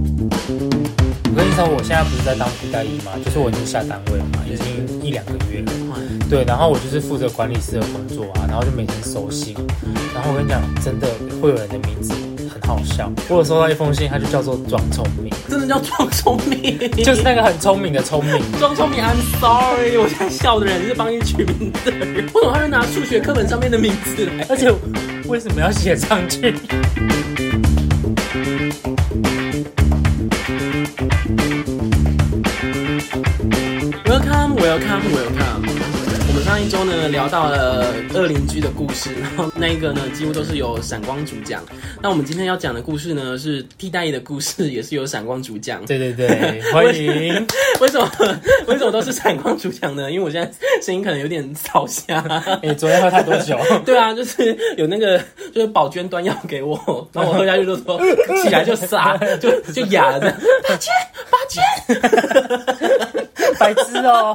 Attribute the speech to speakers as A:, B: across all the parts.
A: 我跟你说，我现在不是在当替代役嘛，就是我已经下单位了嘛，已经一两个月了。对，然后我就是负责管理室的工作啊，然后就每天收信。然后我跟你讲，真的会有人的名字很好笑。我有收到一封信，它就叫做装聪明，
B: 真的叫装聪明，
A: 就是那个很聪明的聪明。
B: 装聪明。I'm sorry，我在笑的人是帮你取名的人，为什么他会拿数学课本上面的名字来？
A: 而且为什么要写上去？
B: Welcome, welcome, welcome。我们上一周呢聊到了恶邻居的故事，然后那一个呢几乎都是由闪光主讲。那我们今天要讲的故事呢是替代役的故事，也是由闪光主讲。
A: 对对对，欢 迎。
B: 为什么为什么都是闪光主讲呢？因为我现在声音可能有点 吵下。
A: 你、哎昨天喝太多酒？
B: 对啊，就是有那个就是宝娟端药给我，然后我喝下去就说起来就傻，就就哑了这样。八千八千。
A: 白痴哦！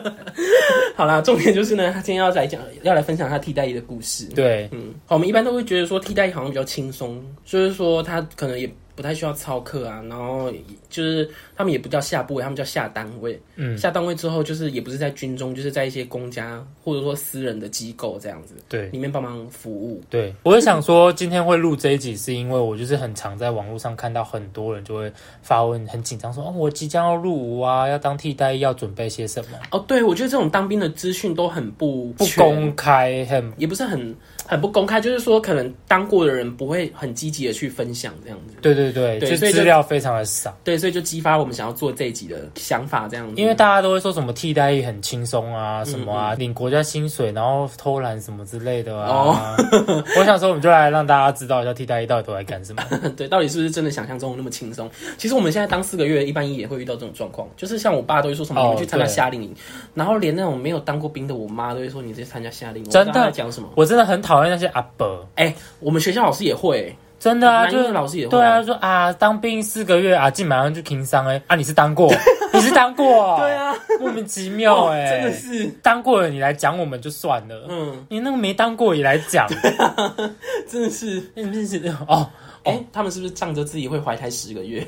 B: 好啦，重点就是呢，他今天要来讲，要来分享他替代役的故事。
A: 对，
B: 嗯，好，我们一般都会觉得说替代役好像比较轻松，就是说他可能也不太需要操课啊，然后就是他们也不叫下部位，他们叫下单位。
A: 嗯，
B: 下单位之后就是也不是在军中，就是在一些公家或者说私人的机构这样子，
A: 对
B: 里面帮忙服务。
A: 对，我是想说今天会录这一集，是因为我就是很常在网络上看到很多人就会发问，很紧张说哦，我即将要入伍啊，要当替代役，要准备些什么？
B: 哦，对，我觉得这种当兵的资讯都很不
A: 不
B: 全
A: 公开，很
B: 也不是很很不公开，就是说可能当过的人不会很积极的去分享这样子。
A: 对对对，
B: 对嗯
A: 就
B: 所以就
A: 资料非常的少，
B: 对，所以就激发我们想要做这一集的想法，这样子。
A: 因为大家都会说什么替代役很轻松啊，什
B: 嗯
A: 么啊，领国家薪水，然后偷懒什么之类的
B: 哦
A: 啊。 我想说，我们就来让大家知道一下替代役到底都在干什么。
B: 对，到底是不是真的想象中那么轻松？其实我们现在当四个月，一般也会遇到这种状况，就是像我爸都会说什么、
A: 哦
B: 你们去参加夏令营，然后连那种没有当过兵的我妈都会说你去参加夏令营，
A: 真的
B: 我不知道她在讲什么？
A: 我真的很讨厌那些阿伯，
B: 哎、我们学校老师也会，
A: 真的啊，
B: 男
A: 就是
B: 英老师也会，
A: 对啊，，说啊，当兵四个月啊，进马上就停伤哎，啊，你是当 过，你是当过，
B: 对，啊，
A: 莫名其妙哎、
B: 真的是，
A: 当过了你来讲我们就算了，
B: 嗯，
A: 你那个没当过也来讲，
B: 真的是，
A: 是不是？ 哦，
B: 哎、他们是不是仗着自己会怀胎十个月，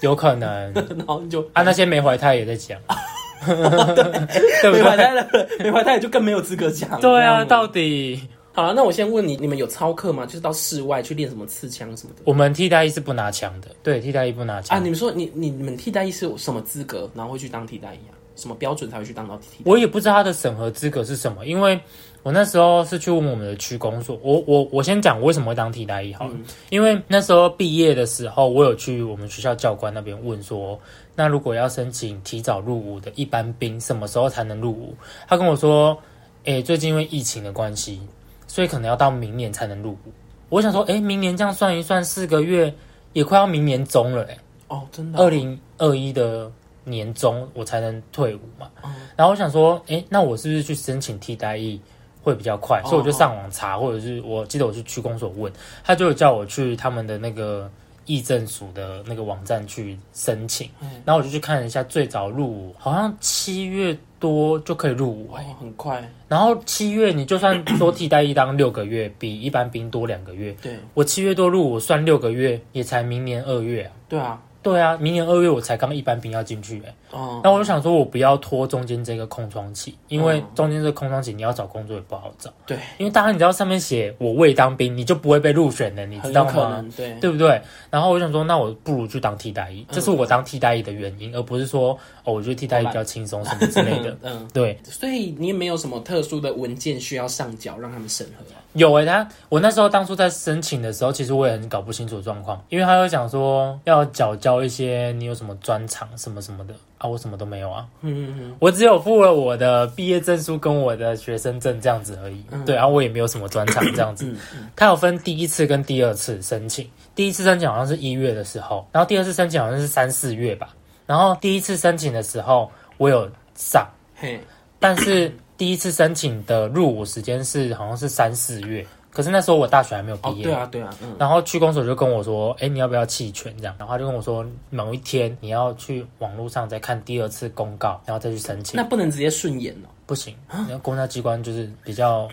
A: 有可能
B: 然后就
A: 啊，那些没怀胎也在 讲， 对不
B: 没怀
A: 对？
B: 胎了，没怀胎就更没有资格讲，
A: 对
B: 这样
A: 啊，
B: 子
A: 到底
B: 好了，那我先问你，你们有操课吗？就是到室外去练什么刺枪什么的？
A: 我们替代役是不拿枪的，对，替代役不拿
B: 啊，
A: 枪。
B: 你们说你你你们替代役是有什么资格，然后会去当替代役啊？什么标准才会去当到替代役？
A: 我也不知道他的审核资格是什么，因为我那时候是去问我们的区公所。我我我先讲我为什么会当替代役好了，因为那时候毕业的时候，我有去我们学校教官那边问说，那如果要申请提早入伍的一般兵，什么时候才能入伍？他跟我说，诶、最近因为疫情的关系，所以可能要到明年才能入伍。我想说，诶、明年这样算一算，四个月也快要明年中了、诶。
B: 哦，真的哦、
A: 二零二一的年中我才能退伍嘛。
B: 哦
A: 然后我想说，诶，那我是不是去申请替代役会比较快？
B: 哦
A: 所以我就上网查，或者是我记得我去区公所问，他就有叫我去他们的那个役政署的那个网站去申请。
B: 嗯
A: 然后我就去看了一下，最早入伍好像七月多就可以入伍、
B: 哦，很快，
A: 然后七月你就算说替代役当六个月，比一般兵多两个月。
B: 对
A: 我七月多入伍，算六个月也才明年二月啊
B: 对啊，
A: 对啊，明年二月我才刚一般兵要进去哎、
B: 哦，
A: 那我就想说，我不要拖中间这个空窗期，因为
B: 嗯
A: 中间这个空窗期你要找工作也不好找，
B: 对，
A: 因为当然你知道上面写我未当兵，你就不会被入选的，你知
B: 很
A: 道
B: 有可
A: 吗？
B: 能，对。
A: 对不对？然后我想说，那我不如去当替代役，这是我当替代役的原因，而不是说哦，我觉得替代役比较轻松什么之类的
B: 嗯，
A: 对，
B: 所以你也没有什么特殊的文件需要上缴让他们审核啊、
A: 有诶、他我那时候当初在申请的时候，其实我也很搞不清楚状况，因为他会讲说要缴交一些你有什么专长什么什么的啊，我什么都没有啊。
B: 嗯嗯
A: 我只有付了我的毕业证书跟我的学生证这样子而已，
B: 嗯
A: 对，然后我也没有什么专长这样子。他有分第一次跟第二次申请，第一次申请好像是一月的时候，然后第二次申请好像是三四月吧。然后第一次申请的时候我有上，
B: 嗯，嘿，
A: 但是第一次申请的入伍时间是好像是三四月，可是那时候我大学还没有毕
B: 哦，
A: 业，
B: 对啊，对啊，嗯，
A: 然后区公所就跟我说：“哎、你要不要弃权？”这样，然后他就跟我说：“某一天你要去网络上再看第二次公告，然后再去申请。”
B: 那不能直接顺眼哦，
A: 不行，那公家机关就是比 较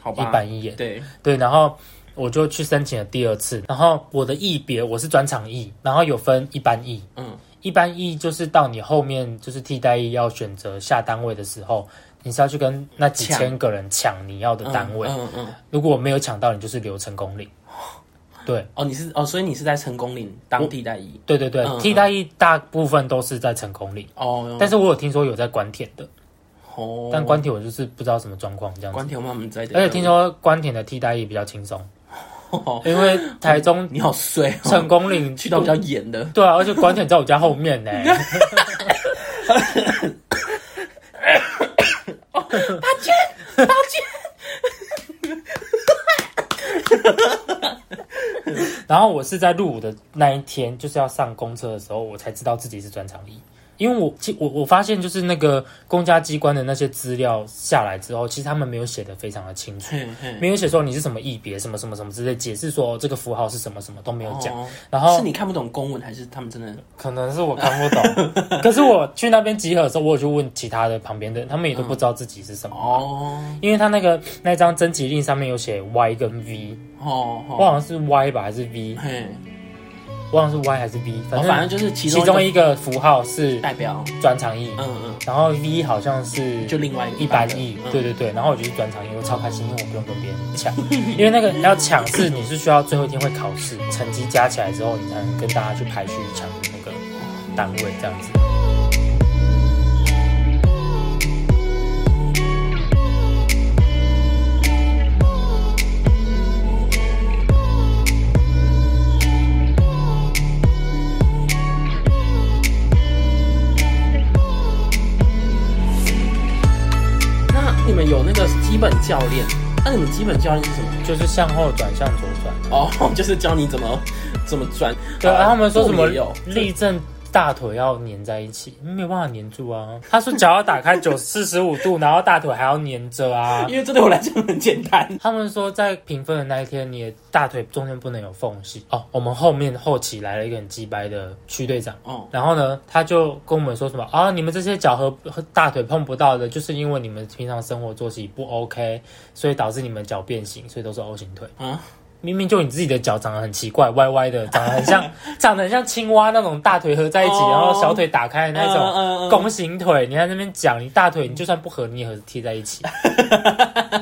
B: 好
A: 一
B: 吧？
A: 板一眼。
B: 对，
A: 对，然后我就去申请了第二次，然后我的役别我是转场役，然后有分一般役，
B: 嗯，
A: 一般役就是到你后面就是替代役要选择下单位的时候，你是要去跟那几
B: 抢
A: 千个人抢你要的单位，
B: 嗯嗯嗯，哦
A: 如果没有抢到，你就是留成功领。对
B: 哦，你是哦，所以你是在成功岭当地代役
A: 对对对，
B: 嗯嗯
A: 替代役大部分都是在成功领，
B: 哦，
A: 但是我有听说有在关田的，
B: 哦，
A: 但关田我就是不知道什么状况这样子。
B: 关条妈妈在的，
A: 而且听说关田的替代役比较轻松，因为台中
B: 你好衰哦，
A: 成功岭
B: 去到比较严的，
A: 对啊，而且关田在我家后面呢、哦 然后我是在入伍的那一天，就是要上公车的时候，我才知道自己是转场役。因为我其我我发现，就是那个公家机关的那些资料下来之后，其实他们没有写的非常的清楚，
B: 嘿嘿
A: 没有写说你是什么役别、什么什么什么之类，解释说、哦这个符号是什么什么都没有讲。
B: 哦
A: 然后
B: 是你看不懂公文，还是他们真的
A: 可能是我看不懂， 可是我去那边集合的时候，我有去问其他的旁边的人，他们也都不知道自己是什么。
B: 哦
A: 因为他那个那张征集令上面有写 Y 跟 V，
B: 哦
A: 我好
B: 哦，
A: 像是 Y 吧，还是 V？
B: 嘿，
A: 我好像是 Y 还是 V，
B: 哦
A: 反正
B: 反正就是其
A: 其
B: 中
A: 中
B: 一
A: 一个符号是
B: 个代表，
A: 专长役，
B: 嗯嗯，
A: 然后 V 好像是
B: 就另外
A: 一般
B: 的
A: 役，
B: 嗯
A: 对对对。然后我就去专长役，我超开心，因为我不用跟别人抢，因为那个要抢是你是需要最后一天会考试，成绩加起来之后，你才能跟大家去排序抢的那个单位这样子。
B: 那你们有那个基本教练？那你们基本教练是什么？
A: 就是向后转，向左转。
B: 哦， 就是教你怎么怎么转。
A: 对啊，
B: 呃
A: 他们说什
B: 我
A: 么
B: 们也有
A: 立正大腿要粘在一起，没有办法粘住啊。他说脚要打开九四十五度，然后大腿还要粘着啊。
B: 因为这对我来讲很简单。
A: 他们说在评分的那一天，你的大腿中间不能有缝隙哦。我们后面后期来了一个很鸡掰的区队长。
B: 哦，
A: 然后呢，他就跟我们说什么啊，你们这些脚和和大腿碰不到的，就是因为你们平常生活作息不 OK，所以导致你们脚变形，所以都是 O 型腿。
B: 啊，
A: 明明就你自己的脚长得很奇怪，歪歪的，长得很 像，长得很像青蛙那种大腿合在一起，
B: 哦
A: 然后小腿打开的那
B: 嗯
A: 种
B: 嗯嗯
A: 弓形腿。你在那边讲，你大腿你就算不合，你也合贴在一 起。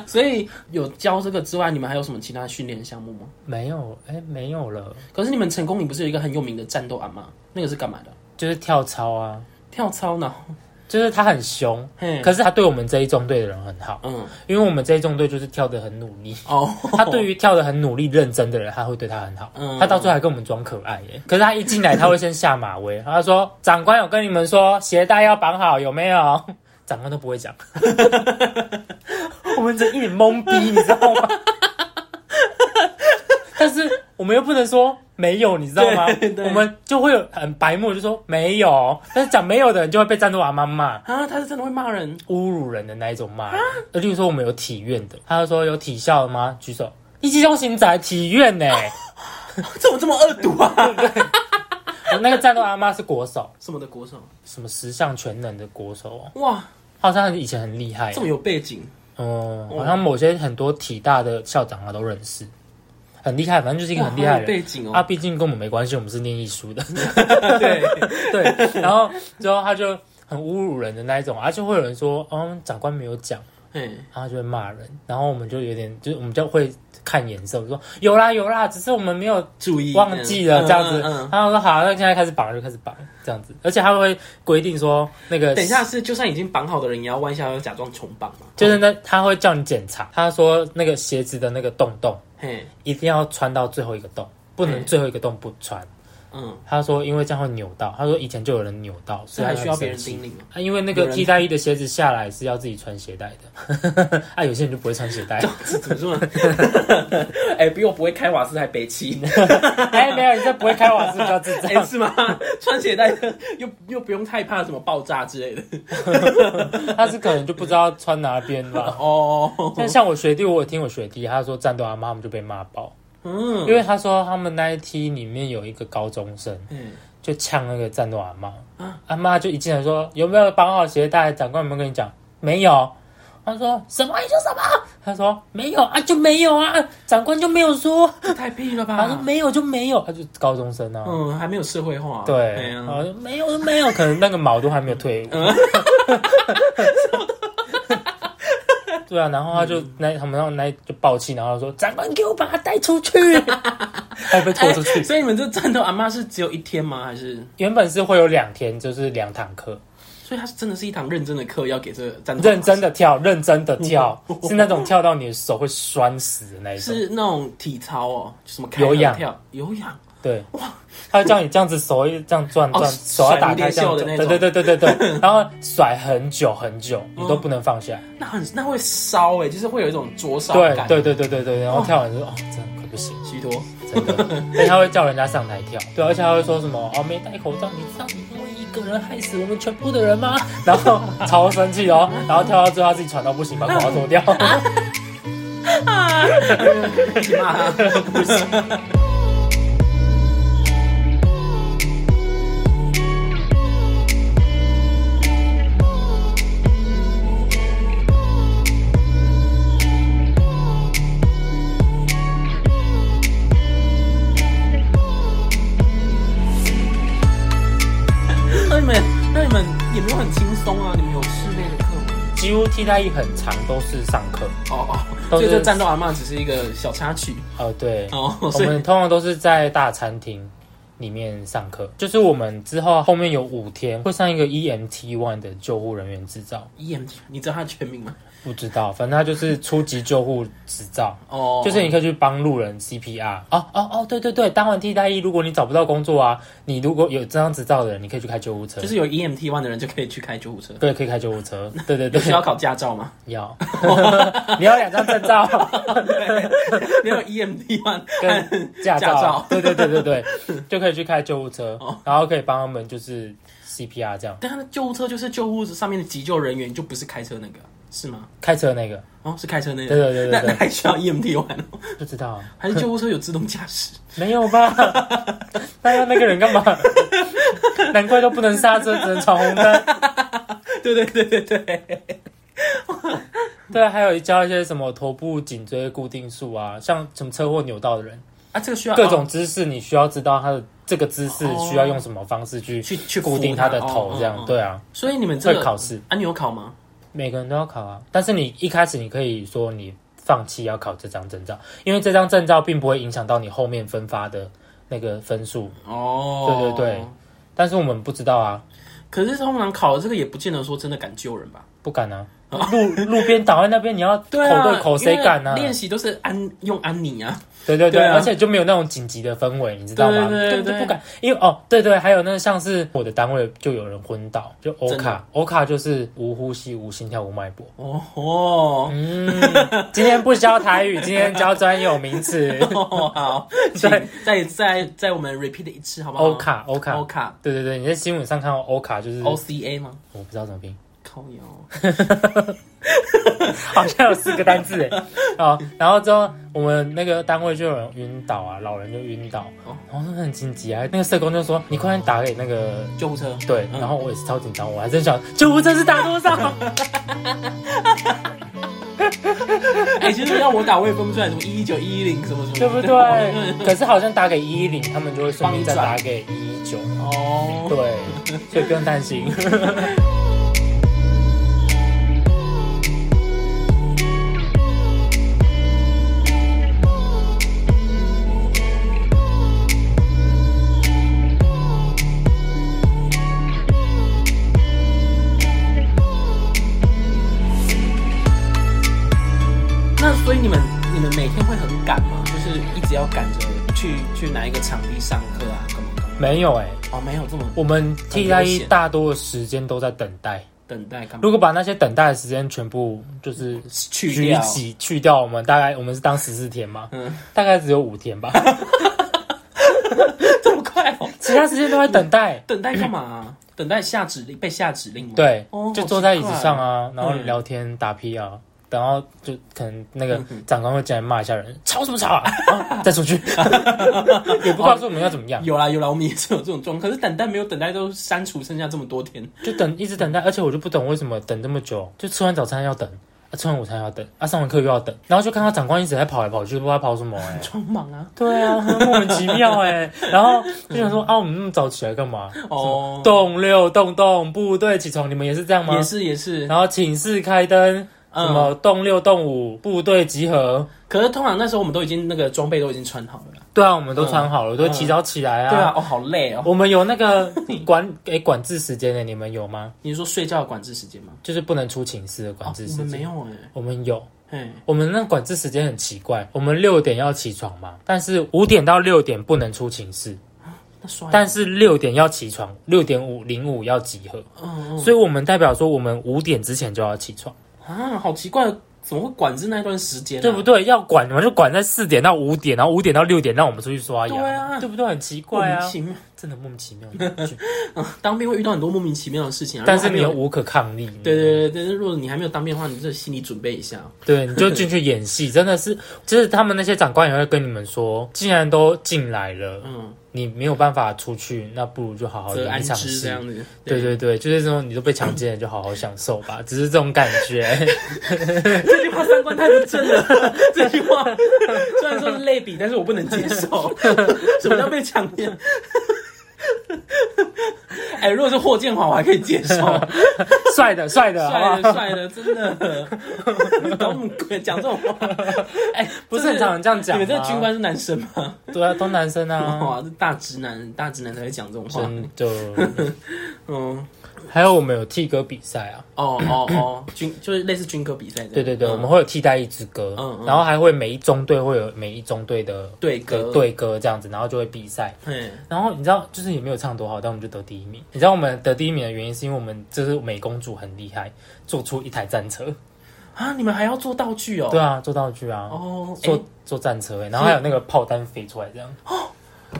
B: 所以有教这个之外，你们还有什么其他训练项目吗？
A: 没有，哎，没有了，
B: 可是你们成功营不是有一个很有名的战斗案吗？那个是干嘛的？
A: 就是跳操啊，
B: 跳操呢？
A: 就是他很凶，
B: 嘿，
A: 可是他对我们这一中队的人很好，
B: 嗯，
A: 因为我们这一中队就是跳得很努力。
B: 哦，
A: 他对于跳得很努力、认真的人，他会对他很好。
B: 嗯
A: 他到最后还跟我们装可爱耶。可是他一进来，他会先下马威，他说：“长官有跟你们说鞋带要绑好，有没有？” 长官都不会 讲，我们这一脸懵逼，你知道吗？ 但是我们又不能说没有，你知道吗
B: 对？对
A: 我们就会有很白目，就说没有。但是讲没有的人就会被战斗阿妈骂。
B: 啊，他是真的会骂人。
A: 侮辱人的那一种骂
B: 啊
A: 人。呃例如说我们有体院的，他就说有体校的吗？举手。一级中型仔体院呢、
B: 啊怎么这么恶毒啊？
A: 我那个战斗阿妈是国手，
B: 什么的国手？
A: 什么十项全能的国手哦，
B: 哇，
A: 好像以前很厉害
B: 这。么有哦背景，
A: 嗯，好像某些很多体大的校长他都认识，很厉害，反正就是一个
B: 哇
A: 很厉害
B: 好
A: 的
B: 有
A: 人。
B: 背景
A: 啊，
B: 哦。
A: 毕竟跟我们没关系，我们是念艺术的。
B: 对，
A: 对，然后之后他就很侮辱人的那一种，而、啊、且会有人说，嗯，长官没有讲。
B: 嘿，
A: 然后就会骂人，然后我们就有点，就是我们就会看颜色，我说有啦有啦，只是我们没有
B: 注意，
A: 忘记了
B: 嗯
A: 这样子。
B: 嗯嗯嗯
A: 然后我说好，那现在开始绑就开始绑这样子，而且他会规定说那个
B: 等一下是，就算已经绑好的人，也要弯下腰假装重绑嘛。
A: 就是那他会叫你检查，他说那个鞋子的那个洞洞
B: 嘿，
A: 一定要穿到最后一个洞，不能
B: 嗯
A: 最后一个洞不穿。
B: 嗯，
A: 他说因为这样会扭到，他说以前就有人扭到，所
B: 这
A: 以他
B: 还
A: 就
B: 需要别人
A: 很生气
B: 叮咛吗？
A: 啊，因为那
B: 有
A: 个
B: 人
A: 替代衣的鞋子下来是要自己穿鞋带的， 啊，有些人就不会穿鞋 带。
B: 这怎么说呢？ 哎、比我不会开瓦斯还北气，
A: 哎，没有，你这不会开瓦斯比较智
B: 哎、
A: 障。
B: 是吗？ 穿鞋带的又又不用害怕什么爆炸 之类的。
A: 他是可能就不知道穿哪边 吧。
B: 哦，
A: 但像我学弟，我有听我学弟他说战斗阿妈他们就被骂爆，
B: 嗯，
A: 因为他说他们那一梯里面有一个高中生
B: 嗯啊
A: 就呛那个战斗阿妈，阿妈就一进来说有没有绑好鞋带，长官有没有跟你讲？没有。他说什么？你说什么？他说没有啊，就没有啊，长官就没有说。
B: 这太屁了
A: 他说
B: 吧？
A: 没有就没有，他就高中生啊。
B: 嗯，还没有社会化。哎
A: 对，
B: 呀嗯
A: 然后就没有就没有，可能那个毛都还没有退伍。 对啊，然后他就
B: 嗯
A: 那他们那那就暴气，然后说长官给我把他带出 去，还被拖出
B: 哎
A: 去。
B: 所以你们这战斗阿妈是只有一天吗？还是？
A: 原本是会有两天，就是两堂课，
B: 所以它是真的是一堂认真的课，要给这个战斗阿嬷
A: 认真的跳，认真的跳，是那种跳到你的手会酸死的那一种。
B: 是那种体操哦，什么开
A: 有
B: 合
A: 氧
B: 跳、有氧，
A: 对，他会叫你这样子手一这样转
B: 哦
A: 转，手要
B: 甩
A: 打
B: 蝴蝶
A: 开这样
B: 袖的
A: 转
B: 那
A: 对
B: 种
A: 对对对对 对，然后甩很久很久，你都不能放下。
B: 那很那会烧哎，就是会有一种灼烧
A: 对
B: 感。
A: 对对对对对，然后跳完就说哦，真的快不行，
B: 徐托，
A: 真的。 而且他会叫人家上台跳， 对，而且他会说什么哦，没戴口罩，你知道你因为一个人害死我们全部的人吗？ 然后超生气哦，然后跳到最后他自己喘到不行，把口罩 脱掉。
B: 一起骂他。 那你们，那你们也没有很轻松啊？你们有室内的课吗？
A: 几乎替代役很长都是上课，
B: 哦哦，
A: 都是
B: 所以这战斗阿嬷只是一个小插曲
A: 哦对，
B: 哦，
A: 我
B: 所以
A: 们通常都是在大餐厅。里面上课，就是我们之后后面有五天会上一个 EMT one 的救护人员执照，
B: EMT，你 E 知道它的全名吗？
A: 不知道，反正他就是初级救护执照。
B: 哦，
A: 就是你可以去帮路人 CPR。哦哦哦，对对对，当完替代役，如果你找不到工作啊，你如果有这张执照的人，你可以去开救护车。
B: 就是有 EMT one 的人就可以去开救护车，
A: 对，可以开救护 车。对对对，
B: 需要考驾 照吗？
A: 要你要两张证 照
B: 没有 EMT one，
A: 跟驾
B: 驾照
A: 照，对对对对对， 就可以去开救护车
B: 哦，
A: 然后可以帮他们就是 CPR 这样
B: 但他的救护车就是救护车上面的急救人员，就不是开车那个，是吗？
A: 开车那个，
B: 哦，是开车那个，
A: 对对对对
B: 那
A: 对
B: 那还需要 EMT one 哦？
A: 不知道啊
B: 还是救护车有自动驾 驶？
A: 没有吧？那要那个人干嘛？ 难怪都不能刹车，只能闯红灯。
B: 对对对对对，
A: 对，啊还有教一些什么头部颈椎固定术啊，像什么车祸扭到的人，
B: 啊，这个需要
A: 各种姿势你需要知道他的这个姿势
B: 哦
A: 需要用什么方式去
B: 去去
A: 固定
B: 扶他
A: 他的
B: 哦
A: 头，
B: 哦
A: 这样
B: 哦
A: 对啊，
B: 所以你们这
A: 会
B: 个
A: 考试，
B: 啊，你有考吗？
A: 每个人都要考啊。但是你一开始你可以说你放弃要考这张证照，因为这张证照并不会影响到你后面分发的那个分数。
B: 哦，
A: 对对对。但是我们不知道啊，
B: 可是通常考了这个也不见得说真的敢救人吧？
A: 不敢啊，路路边倒在那边你要口
B: 对啊，
A: 对口谁敢啊
B: 因为？练习都是安用安妮啊，
A: 对对对，
B: 对啊
A: 而且就没有那种紧急的氛围，你知道吗？
B: 对对对
A: 根本就
B: 对
A: 不敢，因为哦，对对，还有那像是我的单位就有人昏倒，就欧
B: 真的
A: 卡，欧卡就是无呼吸、无心跳、无脉搏。
B: 哦哦，
A: 嗯，今天不教台语，今天教专有名 词。
B: 哦， 好，请再再再我们 repeat 一次好不好？
A: 欧卡，欧卡，
B: 欧卡
A: 对对对，你在新闻上看到欧卡就是，
B: O C A 吗？
A: 我不知道怎么拼，
B: 靠腰，
A: 好像有四个单字哎。哦，然后之后我们那个单位就有人晕倒啊，老人就晕倒
B: 哦，
A: 然后很紧急啊，那个社工就说你快点打给那个
B: 救护 车，
A: 对，
B: 嗯
A: 然后我也是超紧张，我还真想救护车是打多少？
B: 哎，其实要我打我也分不出来，什么一一九、一一零什么什么，
A: 对不对？可是好像打给一一零，他们就会顺便再打给一一九。
B: 哦，
A: 对，所以不用担心。
B: 那所以你们你们每天会很赶吗？就是一直要赶着去去哪一个场地上课啊，干嘛干嘛？
A: 没有哎、
B: 哦，没有这么
A: 我们替代
B: 很悠
A: 役
B: 闲
A: 大多的时间都在等待。
B: 等待干嘛？
A: 如果把那些等待的时间全部就是
B: 去
A: 举
B: 掉
A: 起去掉，我们大概我们是当十四天嘛，
B: 嗯
A: 大概只有五天吧，
B: 这么快哦？
A: 其他时间都在等待。
B: 等待干嘛啊、等待下指令，被下指令吗？，
A: 对，
B: 哦
A: 就坐在椅子上啊，
B: 怪
A: 然
B: 哦
A: 后聊天打屁啊，然后就可能那
B: 嗯
A: 个长官会进来骂一下人，吵什么吵啊，啊再出 去，也不告诉我们要怎么样，
B: 有啦有啦，我们也是有这种状况，可是等待没有等待都删除，剩下这么多天，
A: 就等一直等待，而且我就不懂为什么等这么久，就吃完早餐要等。啊，吃完午餐要等，啊，上完课又要等，然后就看到长官一直在跑来跑去，不知道跑什么 哎、
B: 装忙啊！
A: 对啊，很莫名其妙哎、然后就想说啊，我们那么早起来干嘛？
B: 哦，
A: 动六动动部队起床，你们也是这样吗
B: 也？是也是，
A: 然后寝室开灯，
B: 嗯
A: 什么动六动五部队集合。
B: 可是通常那时候我们都已经那个装备都已经穿好了啦。
A: 对啊，我们都穿好了，都提早起来啊。
B: 对啊，，哦，好累哦。
A: 我们有那 个管诶、管制时间的，你们有吗？
B: 你是说睡觉的管制时间吗？
A: 就是不能出寝室的管制
B: 哦
A: 时
B: 我
A: 间。
B: 们没有哎、
A: 我们有。
B: 嘿，
A: 我们那管制时间很奇怪，我们六点要起床嘛，但是五点到六点不能出寝室，
B: 那刷
A: 但是六点要起床，六点五零五要集合。
B: 嗯
A: 所以我们代表说，我们五点之前就要起床，
B: 啊，好奇怪，怎么会管制那一段时间、啊？
A: 对不对？要管，我们就管在四点到五点，然后五点到六点让我们出去刷牙，
B: 对啊
A: 对不对？很奇
B: 莫
A: 怪
B: 名
A: 啊，
B: 其妙，
A: 真的莫名 其妙。
B: 当兵会遇到很多莫名其妙的事情、啊。
A: 但是你
B: 如果
A: 又
B: 还没有，
A: 无可抗力，
B: 对对对，但是如果你还没有当兵的话，你这心理准备一下。
A: 对，你就进去演戏，真的是，就是他们那些长官也会跟你们说，既然都进来了，
B: 嗯，
A: 你没有办法出去，那不如就好好
B: 则
A: 演
B: 安
A: 一场
B: 之
A: 戏
B: 这。样子。
A: 对对对，就是这种你都被强奸了，就好好享受吧，只是这种感觉。
B: 这句话三观太不正了。这句话虽然说是类比，但是我不能接受。什么叫被强奸？哎，如果是霍建华，我还可以接受，
A: 帅的帅的， 好不啊好
B: 帅的帅的，真的，搞什么鬼？讲这种话，哎，
A: 不是很常这样
B: 你
A: 讲啊吗
B: 们这军官是男生吗？
A: 对啊，都男生啊，
B: 哇，这大直男，大直男才会讲这种话。
A: 真的。
B: 嗯，
A: 还有我们有替歌比赛啊，
B: 哦哦哦，军就是类似军歌比赛这样。
A: 对对对，
B: 嗯
A: 我们会有替代一支歌，
B: 嗯嗯
A: 然后还会每一中队会有每一中队的
B: 对歌
A: 的，队歌这样子，然后就会比赛。
B: 嘿，
A: 然后你知道，就是也没有唱多好，但我们就得第一名。你知道我们得第一名的原因，是因为我们就是美公主很厉害，做出一台战车。
B: 啊，你们还要做道具哦？
A: 对啊，做道具啊，
B: 哦，哎
A: 做做战车、欸，然后还有那个炮弹飞出来这样。
B: 哎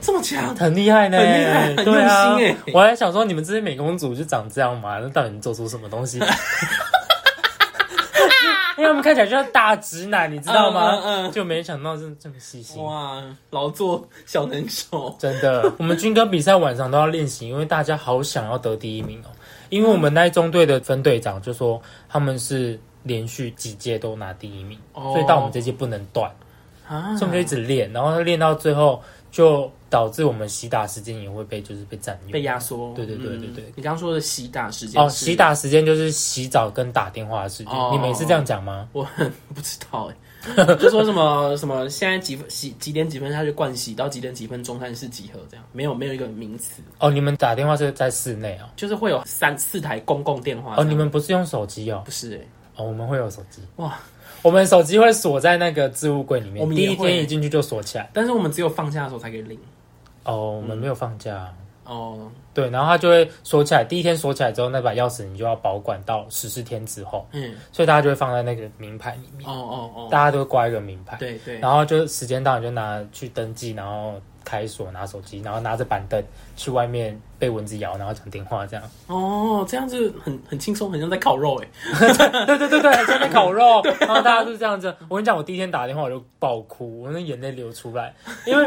B: 这么强，
A: 很厉害呢，
B: 很厉害很
A: 对啊
B: 用心欸
A: 我还想说，你们这些美公主就长这样嘛？那到底能做出什么东西？ 因为我们看起来就像大直男，你知道吗？
B: 嗯嗯嗯
A: 就没想到是这么细心。
B: 哇，劳作小能手，
A: 真的，我们军歌比赛晚上都要练习，因为大家好想要得第一名哦。因为我们那一中队的分队长就说他们是连续几届都拿第一名，
B: 哦
A: 所以到我们这届不能断，
B: 啊
A: 所以我们就一直练，然后练到最后就导致我们洗打时间也会被就是被占用，
B: 被压缩。
A: 对对对对对
B: 嗯你刚刚说的洗打时间
A: 哦，
B: 是
A: 洗，打时间就是洗澡跟打电话的时间。
B: 哦
A: 你们也是这样讲吗？
B: 我不知道哎， 就说什么什么，现在几分洗几点几分下去灌洗，到几点几分中山市集合这样，没有没有一个名词，
A: 哦，你们打电话是在室内哦。
B: 就是会有三四台公共电话
A: 哦，
B: 这样。
A: 你们不是用手机哦？
B: 不是哎，
A: 哦，我们会有手机。
B: 哇！
A: 我们手机会锁在那个置物柜里面，
B: 我们
A: 第
B: 也
A: 一
B: 会
A: 天一进去就锁起来。
B: 但是我们只有放假的时候才可以领
A: 哦，我们没有放假。
B: 哦。
A: 对，然后它就会锁起来。第一天锁起来之后，那把钥匙你就要保管到十四天之后，
B: 嗯，
A: 所以大家就会放在那个名牌里面，
B: 哦哦哦，
A: 大家都会挂一个名牌。
B: 对对，
A: 然后就时间到，你就拿去登记，然后开锁，拿手机，然后拿着板凳去外面被蚊子咬，然后讲电话这样。
B: 哦，这样子很很轻松，很像在烤肉哎。
A: 对对对对，在那边烤肉，然后大家都这样子。我跟你讲，我第一天打电话我就爆哭，我那眼泪流出来，因为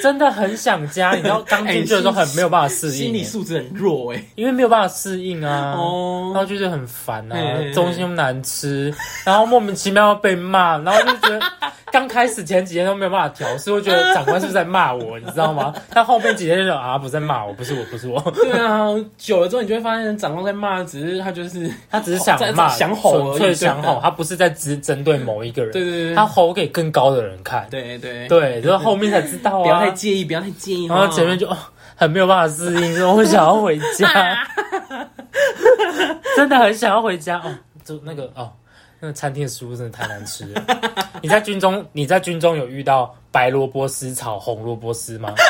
A: 真的很想家。你知 道刚进去的时候很没有办法适
B: 哎心
A: 应，欸
B: 理素质很弱哎。
A: 因为没有办法适应啊。
B: 哦
A: 然后就是很烦啊
B: 嗯，
A: 中心难吃，然后莫名其妙被骂，然后就觉得刚开始前几天都没有办法调试，会觉得长官是不是在骂 我，你知道吗？但后面几天就觉得啊，不是在骂我，不是我，不是我，
B: 对啊，久了之后你就会发现长官在骂，只是他就是
A: 他只是想骂，
B: 哦在想吼而已
A: 纯粹
B: 对嗯
A: 想吼，他不是在只针对某一个人，
B: 对对对
A: 他吼给更高的人看，
B: 对对，
A: 对，就是后面才知道
B: 不要太
A: 啊，
B: 介意，不要太介意。
A: 然后前面就哦很没有办法适应，说我想要回家， 真的很想要回家哦，就那个哦，那个餐厅的食物真的太难吃了。你在军中，你在军中有遇到白萝卜丝炒红萝卜丝吗？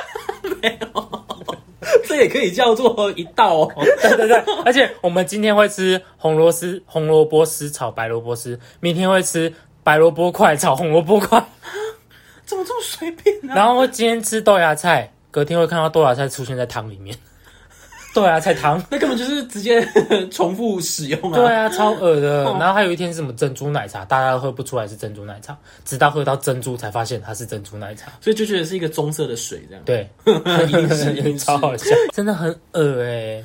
B: 这也可以叫做一道哦。
A: 对对对，而且我们今天会吃红萝丝、红萝卜丝炒白萝卜丝，明天会吃白萝卜块炒红萝卜块，
B: 怎么这么随便啊呢、
A: 然后今天吃豆芽菜，隔天会看到豆芽菜出现在汤里面，豆芽菜汤。
B: 那根本就是直接 重复使用啊。
A: 对啊，超恶的
B: 哦。
A: 然后还有一天是什么珍珠奶茶，大家都喝不出来是珍珠奶茶，直到喝到珍珠才发现它是珍珠奶茶。
B: 所以就觉得是一个棕色的水这样。
A: 对，
B: 一定是一定 是
A: 超好笑，真的很恶哎、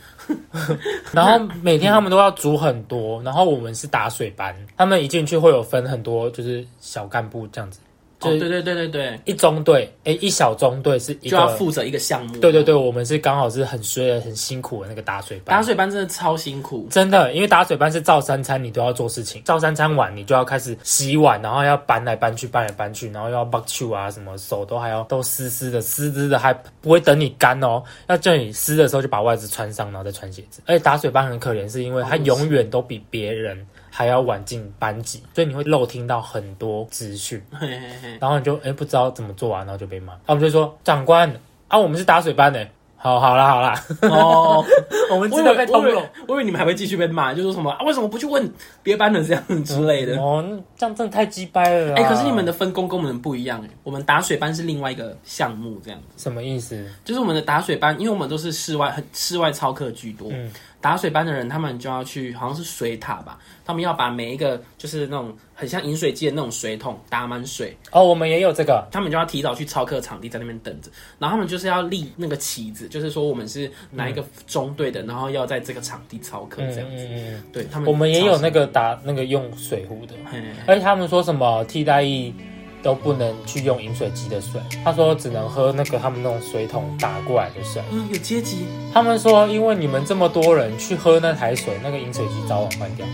A: 然后每天他们都要煮很多，然后我们是打水班，他们一进去会有分很多，就是小干部这样子，
B: 哦，
A: 就是
B: 对对对对对，
A: 一中队，哎、一小中队是一
B: 就要
A: 个。
B: 负责一个项目。
A: 对对对，我们是刚好是很衰的、很辛苦的那个打水班
B: 打。水班真的超辛苦，
A: 真的，因为打水班是照三餐，你都要做事情。照三餐完，你就要开始洗碗，然后要搬来搬去，搬来搬去，然后又要 b u c k 啊，什么手都还要都湿湿的，湿湿的还不会等你干哦，要叫你湿的时候就把袜子穿上，然后再穿鞋子。而哎且打水班很可怜，是因为他永远都比别人还要晚进班级，所以你会漏听到很多资讯。
B: 嘿嘿嘿，
A: 然后你就哎、诶不知道怎么做啊，然后就被骂。他们就说长官啊，我们是打水班的，好好啦好 啦，
B: 哦，
A: 我们
B: 我
A: 知
B: 以
A: 道
B: 为
A: 被通
B: 我以
A: 融
B: 为。我以为你们还会继续被骂，就说什么啊，为什么不去问别班的这样之类的。
A: 哦，那这样真的太鸡掰了啦。
B: 哎、可是你们的分工跟我们不一样哎、我们打水班是另外一个项目，这样
A: 什么意思？
B: 就是我们的打水班，因为我们都是室外很室外操课居多，
A: 嗯
B: 打水班的人他们就要去好像是水塔吧，他们要把每一个就是那种很像饮水机的那种水桶打满水，
A: 哦，我们也有这个，
B: 他们就要提早去操课场地在那边等着，然后他们就是要立那个旗子，就是说我们是哪一个中队的，然后要在这个场地操课
A: 嗯
B: 这样子，
A: 嗯嗯
B: 对他
A: 嗯，
B: 们
A: 我们也有 那个
B: 超
A: 打那个用水壶的，
B: 辛苦，嘿嘿嘿
A: 而且他们说什么替代役都不能去用饮水机的水，他说只能喝那个他们那种水桶打过来的水。
B: 嗯，有阶级，
A: 他们说，因为你们这么多人去喝那台水，那个饮水机早晚坏掉，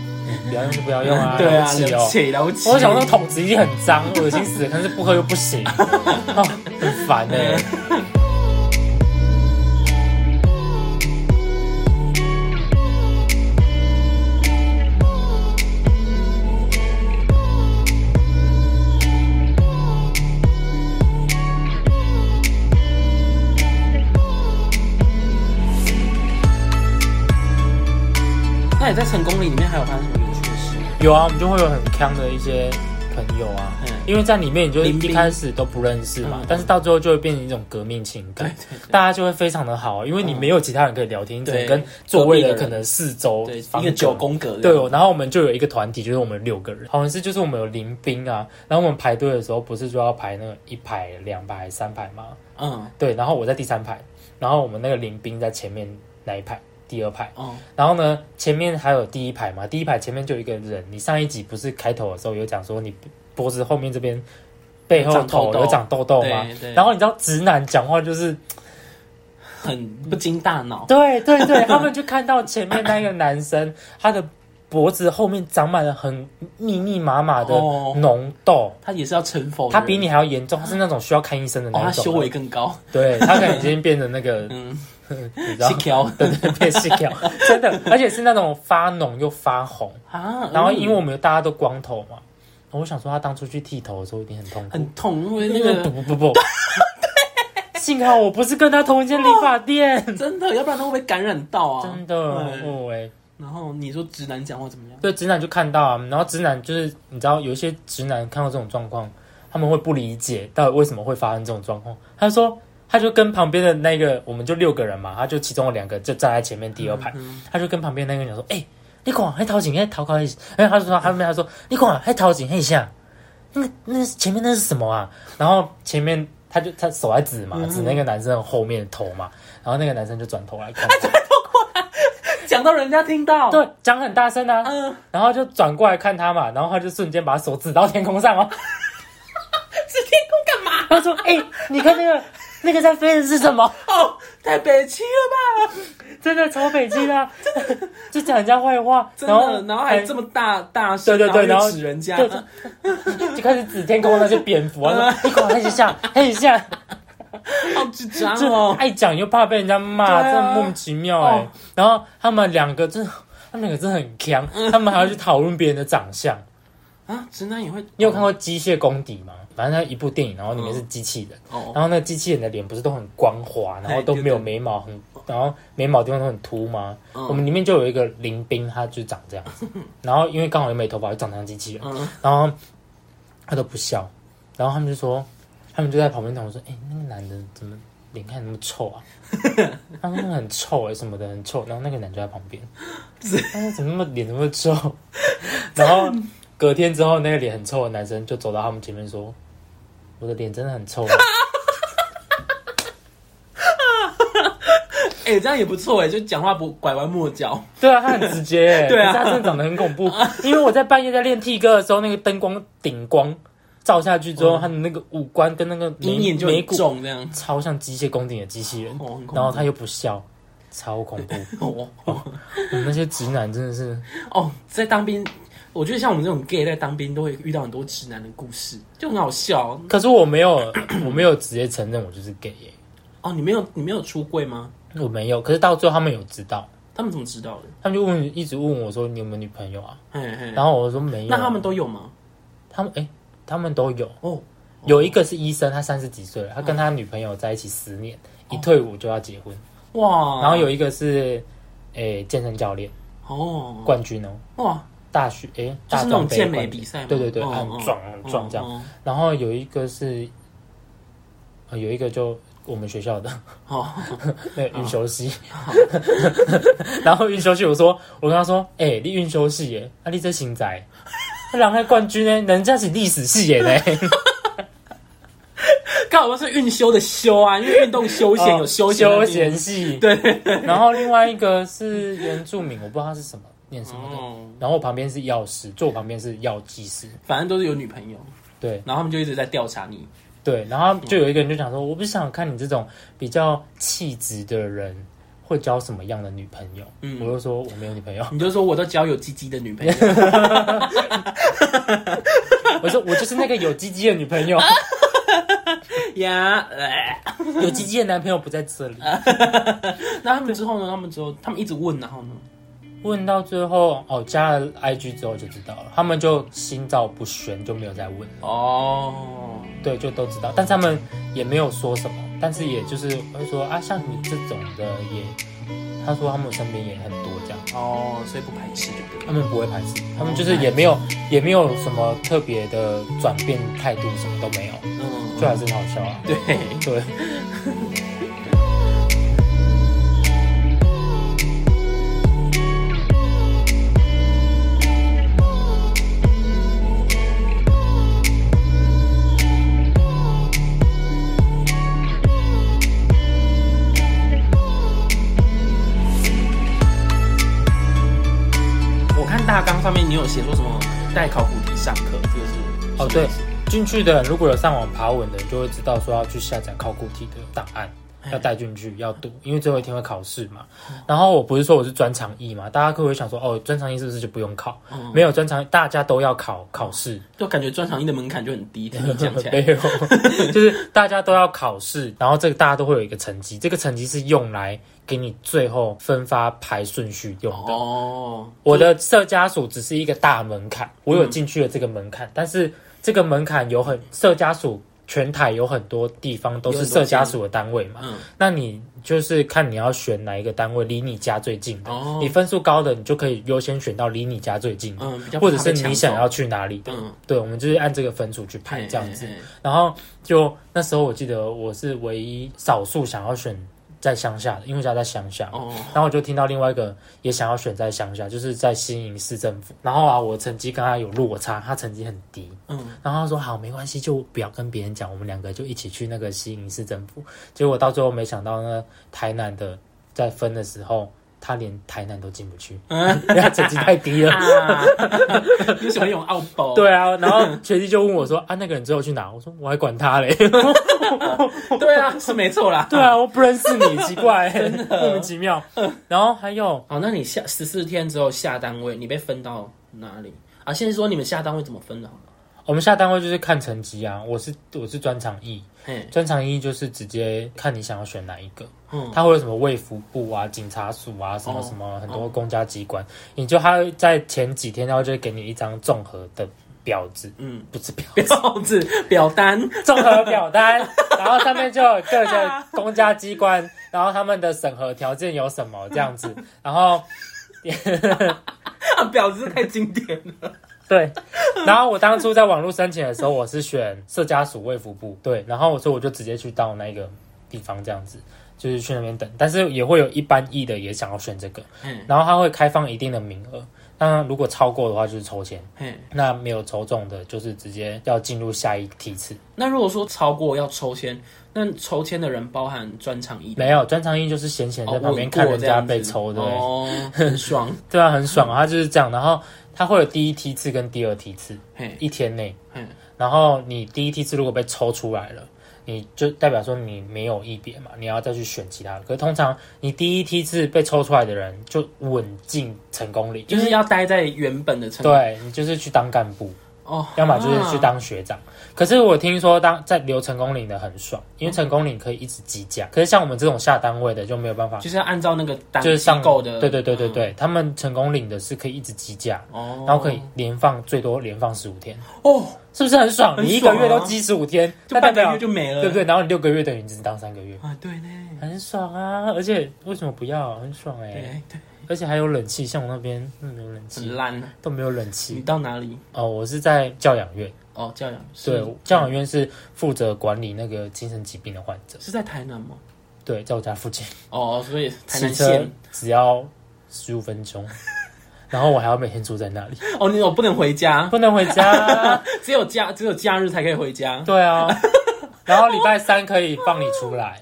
A: 不要用就不要用啊，
B: 对
A: 了
B: 啊，
A: 不起
B: 了不
A: 哦。
B: 起了不起，
A: 我想那个桶子一定很脏，恶心死了，但是不喝又不 行，哦、很烦哎、
B: 那你在成功里里面还有发生什么有趣的事？
A: 有啊，我们就会有很康的一些朋友啊，
B: 嗯
A: 因为在里面你就
B: 邻
A: 一
B: 兵
A: 开始都不认识嘛，
B: 嗯
A: 但是到最后就会变成一种革命情感，大家就会非常的好，因为你没有其他人可以聊天，你只能
B: 嗯对
A: 跟座位
B: 隔
A: 的
B: 壁的人
A: 可能四周
B: 对，
A: 方
B: 一个九宫格的，
A: 对，然后我们就有一个团体，就是我们六个人，好像是就是我们有临兵啊，然后我们排队的时候不是说要排那个一排、两排、三排吗？
B: 嗯，
A: 对，然后我在第三排，然后我们那个临兵在前面那一排，第二排，
B: 哦，
A: 然后呢，前面还有第一排嘛，第一排前面就有一个人。你上一集不是开头的时候有讲说你脖子后面这边背后头有长痘痘吗？
B: 对对，
A: 然后你知道直男讲话就是，
B: 很不经大脑，
A: 对对对，他们就看到前面那个男生，他的脖子后面长满了很密密麻麻的
B: 哦
A: 脓痘，
B: 他也是要成否的
A: 他
B: 人，
A: 比你还要严重，他是那种需要看医生的
B: 哦，
A: 那
B: 他
A: 种。
B: 修为更高，
A: 对他可能已经变成那个，
B: 嗯，
A: 你知道
B: 是， 条
A: 对对，变细条， 真的，而且是那种发脓又发红。
B: 啊，
A: 然后因为
B: 嗯
A: 我们大家都光头嘛，然后我想说他当初去剃头的时候一定很痛苦，
B: 嗯很痛，因为那
A: 因为不
B: 个
A: 不不不， 幸好我不是跟他同一间理发店，
B: 真的，要不然他会不会感染到啊？
A: 真的，
B: 哦对
A: 哦哎，
B: 然后你说直男讲话怎么样？
A: 对直男就看到啊，然后直男就是你知道有一些直男看到这种状况，他们会不理解到底为什么会发生这种状况，他说。他就跟旁边的那个，我们就六个人嘛，他就其中有两个就站在前面第二排，
B: 嗯
A: 他就跟旁边那个人讲说：“哎、你看，还掏钱，还掏高一下。”然哎后他就说：“他们他说，你看，还掏钱，一下。那那前面那是什么啊？”然后前面他就他手还指嘛，
B: 嗯
A: 指那个男生后面的头嘛。然后那个男生就转头来 看，
B: 讲到人家听到，，
A: 对，讲很大声啊，
B: 嗯，
A: 然后就转过来看他嘛，然后他就瞬间把手指到天空上哦。
B: 指天空干嘛？
A: 他说：“哎、你看那个那个在飞的是什么？
B: 哦，太北齐了吧？
A: 真的超北京啊！就讲人家坏话，
B: 真
A: 然后哎
B: 的，然后还这么大大声，
A: 对对对然
B: 然
A: 后
B: 后又指人家，
A: 对就开始指天空那些蝙 蝠啊，说你管他一下，他一下。”
B: 好智障
A: 就
B: 哦！
A: 爱讲又怕被人家骂，真
B: 对啊
A: 的莫名其妙哎、
B: 哦
A: 然后他们两个真的，他们两个真的很强，他们还要去讨论别人的长相。
B: 啊，直男也会，
A: 你有看过《机械公敌》吗？反正它一部电影，然后里面是机器人，
B: 哦？
A: 然后那机器人的脸不是都很光滑，然后都没有眉毛，很然后眉毛地方都很秃吗？
B: 嗯
A: 我们里面就有一个林兵，他就长这样 子，然后因为刚好又没头发，就长得像机器人，
B: 嗯
A: 然后他都不笑，然后他们就说，他们就在旁边跟我说，哎、那个男的怎么脸看起来那么臭啊？他说那个很臭哎、什么的很臭，然后那个男就在旁 边，他说怎么那么脸那么臭？然后隔天之后，那个脸很臭的男生就走到他们前面说，我的脸真的很臭吗。啊
B: 哎、这样也不错哎，就讲话不拐弯抹角。
A: 对啊，他很直接、欸，
B: 对啊
A: 可是他真的长得很恐怖。因为我在半夜在练 T 歌的时候，那个灯光顶光照下去之后，他的那个五官跟那个眉
B: 阴影就
A: 眉
B: 很
A: 骨
B: 重这样。
A: 超像机械宫顶的机器人，
B: 哦很恐怖
A: 然后他又不笑，超恐怖。
B: 哦
A: 我们那些直男真的是，
B: 哦，在当兵，我觉得像我们这种 gay 在当兵都会遇到很多直男的故事，就很好笑。
A: 可是我没有， 我没有直接承认我就是 gay，、耶，
B: 哦，你没有你没有出柜吗？
A: 我没有。可是到最后他们有知道，
B: 他们怎么知道的？
A: 他们就问，一直问我说你有没有女朋友啊？
B: 嘿嘿，
A: 然后我说没有啊。
B: 那他们都有吗？
A: 他们哎、他们都有。
B: 哦，
A: 有一个是医生，他三十几岁了，他跟他女朋友在一起十年，一
B: 哦
A: 退伍就要结婚。
B: 哇，
A: 然后有一个是，诶、健身教练，
B: 哦，
A: 冠军哦，
B: 哇，
A: 大学诶、
B: 就
A: 大
B: 是那种
A: 专杯
B: 健美
A: 冠军
B: 比赛吗，
A: 对对对，
B: 哦
A: 啊很壮很壮这。样。
B: 哦
A: 然后有一个是，呃有一个就我们学校的
B: 哦哦，哦
A: 那个运修系， 然后运修系我说，我跟他说，诶、你运修系耶，啊你这行仔，那人家冠军呢，人家是历史系耶呢。
B: 刚好是运休的休啊，因为运动休闲有休闲的
A: 哦休
B: 那种
A: 闲系，
B: 对。
A: 然后另外一个是原住民，我不知道他是什么，念什么的。
B: 哦，
A: 然后我旁边是药师，坐我旁边是药剂师，
B: 反正都是有女朋友，
A: 对
B: 然后他们就一直在调查你。
A: 对。然后就有一个人就讲说，我不想看你这种比较气质的人会交什么样的女朋友。
B: 嗯
A: 我就说我没有女朋友，
B: 你就说我都交有鸡鸡的女朋友，
A: 我说我就是那个有鸡鸡的女朋友，
B: 呀，哎
A: 有鸡鸡的男朋友不在这里。
B: 那他们之后呢？他们之后，他们一直问，然后呢？
A: 问到最后，哦，加了 IG 之后就知道了，他们就心照不宣，就没有再问了。
B: 哦，
A: 对，就都知道，但是他们也没有说什么，但是也就是会说啊，像你这种的也，他说他们身边也很多这样，
B: 哦，所以不排斥就对了。
A: 他们不会排斥，他们就是也没有也没有什么特别的转变态度，什么都没有，
B: 嗯，
A: 就还是很好笑啊。
B: 对，
A: 对，
B: 我看大纲上面你有写说什么带考古题上课，这个是
A: 哦对，进去的人如果有上网爬文的，就会知道说要去下载考古题的档案。要带进去，要读，因为最后一天会考试嘛。然后我不是说我是专长艺嘛，大家可能会想说，哦，专长艺是不是就不用考？
B: 嗯
A: 没有专长，大家都要考考试，
B: 就感觉专长一的门槛就很 低，听你讲起来
A: 没，有，就是大家都要考试，然后这个大家都会有一个成绩，这个成绩是用来给你最后分发排顺序用的。
B: 哦，
A: 我的社家属只是一个大门槛，我有进去了这个门槛，但是这个门槛有很社家属全台有很多地方都
B: 有
A: 是
B: 很多
A: 社家
B: 间
A: 属的单位嘛，
B: 嗯，
A: 那你就是看你要选哪一个单位离你家最近的，
B: 哦
A: 你分数高的，你就可以优先选到离你家最近的，
B: 嗯比较不
A: 或
B: 怕被
A: 者是你想
B: 抢走哎
A: 要去哪里的，
B: 嗯
A: 对，我们就是按这个分数去排
B: 嘿
A: 这样子。
B: 嘿嘿
A: 然后就那时候我记得我是唯一少数想要选在乡下的，因为我家在乡下。
B: 哦，
A: 然后我就听到另外一个也想要选在乡下，就是在新营市政府。然后啊，我成绩跟他有落差，他成绩很低。
B: 嗯，
A: 然后他说好，没关系，就不要跟别人讲，我们两个就一起去那个西营市政府。结果到最后，没想到呢，台南的在分的时候，他连台南都进不去，因为他成绩太低了。
B: 啊， 你喜欢用奥宝？，
A: 对啊，然后学弟就问我说啊，那个人之后去哪？我说我还管他嘞。
B: 对啊，是没错啦。
A: 对啊，我不认识你，奇怪、 莫名其妙。然后还有
B: 好，哦那你下十四天之后下单位，你被分到哪里啊？先说你们下单位怎么分的好了。
A: 我们下单位就是看成绩啊，我是我是专场一，
B: 嘿，
A: 专场一就是直接看你想要选哪一个，
B: 嗯，
A: 它会有什么卫福部啊、警察署啊、什么什么很多公家机关，你就他在前几天，然后就会给你一张综合的表子，
B: 嗯
A: 嗯，不是表，
B: 表子表单，
A: 综合表单，然后上面就有各个公家机关，然然后他们的审核条件有什么这样子，然后
B: 啊，婊子太经典了。
A: 对，然后我当初在网络申请的时候，我是选社家属卫福部，对，然后所以我就直接去到那个地方这样子，就是去那边等，但是也会有一般意的也想要选这个，
B: 嗯，
A: 然后他会开放一定的名额，那如果超过的话就是抽签，
B: 嘿，
A: 那没有抽中的就是直接要进入下一梯次，
B: 那如果说超过要抽签，那抽签的人哦包含专场一
A: 没有专长一就是闲闲在旁边看人家被抽的，
B: 哦，很爽。
A: 对啊，很爽啊，他就是这样，然后他会有第一梯次跟第二梯次，
B: 嘿，
A: 一天内
B: 嗯，
A: 然后你第一梯次如果被抽出来了，你就代表说你没有一别嘛，你要再去选其他的。可是通常你第一梯次被抽出来的人就稳进成功里，
B: 就是要待在原本的城。
A: 对你就是去当干部，
B: 哦，
A: 要么就是去
B: 打。
A: 当学长。可是我听说当在留成功岭的很爽，因为成功岭可以一直积价。可是像我们这种下单位的就没有办法，
B: 啊就是要按照那个单
A: 就是
B: 机
A: 上
B: 构的，
A: 对对对对
B: 嗯，
A: 对，他们成功岭的是可以一直积价，
B: 哦，
A: 然后可以连放最多连放十五天，
B: 哦，
A: 是不是很爽？
B: 很
A: 你一个
B: 爽
A: 月都
B: 啊
A: 积十五天，
B: 就
A: 那代
B: 半个
A: 表
B: 月就没了，
A: 对不对？然后你六个月等于只当三个月，
B: 啊，对呢，
A: 很爽啊！而且为什么不要？很爽哎、
B: 对对，
A: 而且还有冷气，像我那边嗯没有冷气
B: 很，烂。啊
A: 都没有冷
B: 你
A: 气。
B: 到哪里？
A: 哦，我是在教养院，
B: 哦，教养
A: 对
B: 是，
A: 教养院是负责管理那个精神疾病的患者，
B: 是在台南吗？
A: 对，在我家附近，
B: 哦，所以台
A: 骑
B: 南
A: 车
B: 县
A: 只要十五分钟，然后我还要每天住在那里，
B: 哦，你我不能回家，
A: 不能回 家。
B: 只有假只有假日才可以回家。
A: 对啊，然后礼拜三可以放你出来。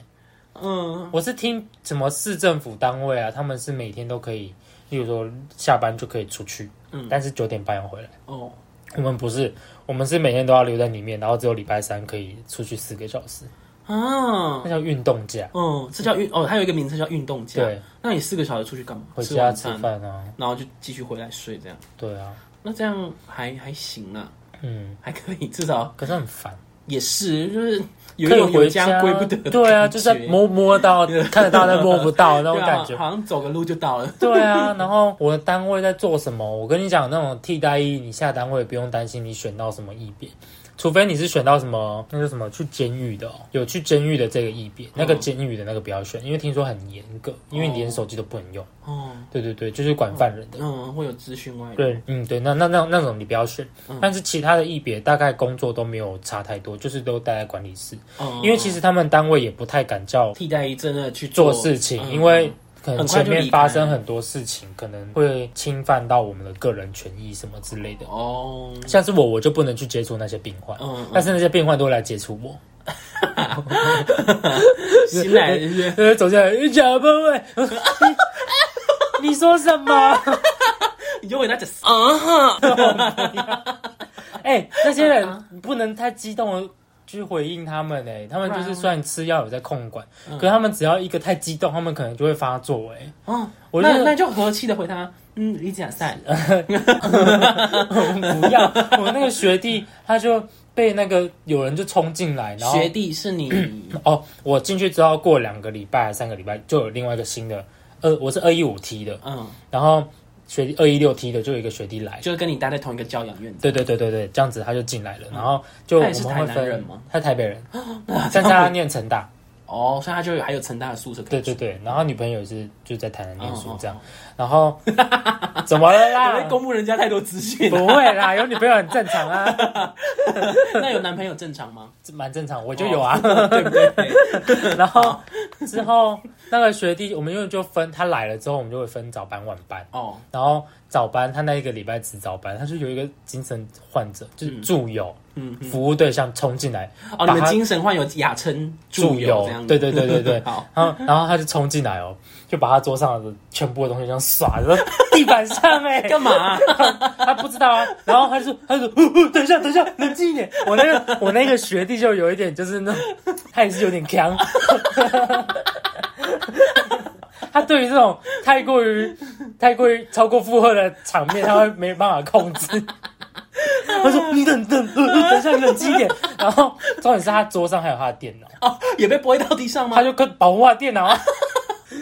B: 嗯，
A: 我是听什么市政府单位啊，他们是每天都可以，例如说下班就可以出去，
B: 嗯
A: 但是九点半要回来。
B: 哦，
A: 我们不是，我们是每天都要留在里面，然后只有礼拜三可以出去四个小时，
B: 啊
A: 那，叫运动假。
B: 嗯，这叫运哦，它有一个名称叫运动假。
A: 对，
B: 那你四个小时出去干嘛？
A: 回
B: 吃
A: 家
B: 晚
A: 吃
B: 餐，
A: 饭啊，
B: 然后就继续回来睡这样。
A: 对啊，
B: 那这样还还行啊，
A: 嗯，
B: 还可以，至少
A: 可是很烦，
B: 也是，就是有
A: 可
B: 一
A: 以
B: 种有
A: 回
B: 家归不得的感觉。
A: 对啊，就是摸摸 到看得到但摸不到那种
B: 对啊
A: 感觉。
B: 好像走个路就到了。
A: 对啊，然后我的单位在做什么？我跟你讲，那种替代役，你下单位不用担心你选到什么役别，除非你是选到什么那个什么去监狱的、哦，有去监狱的这个役别，那个监狱的那个不要选，因为听说很严格，因为你连手机都不能用。
B: 哦，
A: 对对对，就是管犯人的。
B: 嗯，会有资讯外流。
A: 对，嗯，对，那那那那种你不要选，但是其他的役别大概工作都没有差太多，就是都待在管理室，
B: 嗯，
A: 因为其实他们单位也不太敢叫
B: 替代役真的去
A: 做事情，
B: 嗯
A: 因为可能
B: 很快
A: 前
B: 就
A: 面
B: 离开
A: 发生很多事情，可能会侵犯到我们的个人权益什么之类的。
B: 哦，
A: 像是我，我就不能去接触那些病患，
B: 嗯
A: 但是那些病患都会来接触我，
B: 新 来的是
A: 就是走进来，小朋友， 你你说什么？
B: 你就回答讲啊哈，
A: 哎、那些人你不能太激动了。去回应他们哎、他们就是虽然吃药有在控管，
B: 嗯
A: 可是他们只要一个太激动，他们可能就会发作哎、
B: 哦，
A: 我
B: 那
A: 觉得
B: 那就和气的回答，嗯，李甲赛，
A: 不要，我那个学弟他就被那个有人就冲进来，然后
B: 学弟是你，
A: 哦，我进去之后过两个礼拜、三个礼拜就有另外一个新的，呃，我是二一五 T 的，
B: 嗯，
A: 然后学弟二一六 T 的就有一个学弟来，
B: 就是跟你待在同一个教养院子，
A: 对对对对对，这样子他就进来了，然后就我
B: 嗯他也
A: 们会
B: 是台南人
A: 分
B: 吗，
A: 他是台北 人，但是他念成大，
B: 哦，所以他就有还有成大的宿舍可
A: 对
B: 以住
A: 对。对，然后女朋友也是就在台南念
B: 哦
A: 书
B: 哦
A: 这样，然 后怎么了
B: 我在
A: 啦？
B: 哎公布人家太多资讯了，
A: 不会啦，有女朋友很正常 啊，
B: 那有男朋友正常吗？
A: 这蛮正常，我就有啊。
B: 对不对？哦
A: 然后之后那个学弟，我们因为就分他来了之后，我们就会分早班晚班。
B: 哦，
A: 然后早班他那一个礼拜值早班，他就有一个精神患者，就是助友、
B: 嗯，
A: 服务对象冲进来，
B: 哦，
A: 把
B: 你们
A: 他
B: 精神患有雅称
A: 助
B: 友
A: 友
B: 这样，子，，
A: 对对对对对
B: 好，
A: 然后然后他就冲进来哦，就把他桌上的全部的东西这样耍在地板上 哎、
B: 干嘛？啊
A: 他不知道啊，然后他就他就说呃呃等一下，等一下，冷静一点。我那个我那个学弟就有一点就是那种，他也是有点强。他对于这种太过于太过于超过负荷的场面，他会没办法控制。他说：“你等等，呃呃等一下，冷静一点。”然后重点是他桌上还有他的电脑，
B: 哦，也被拨到地上吗
A: 他？就跟保护他的电脑啊。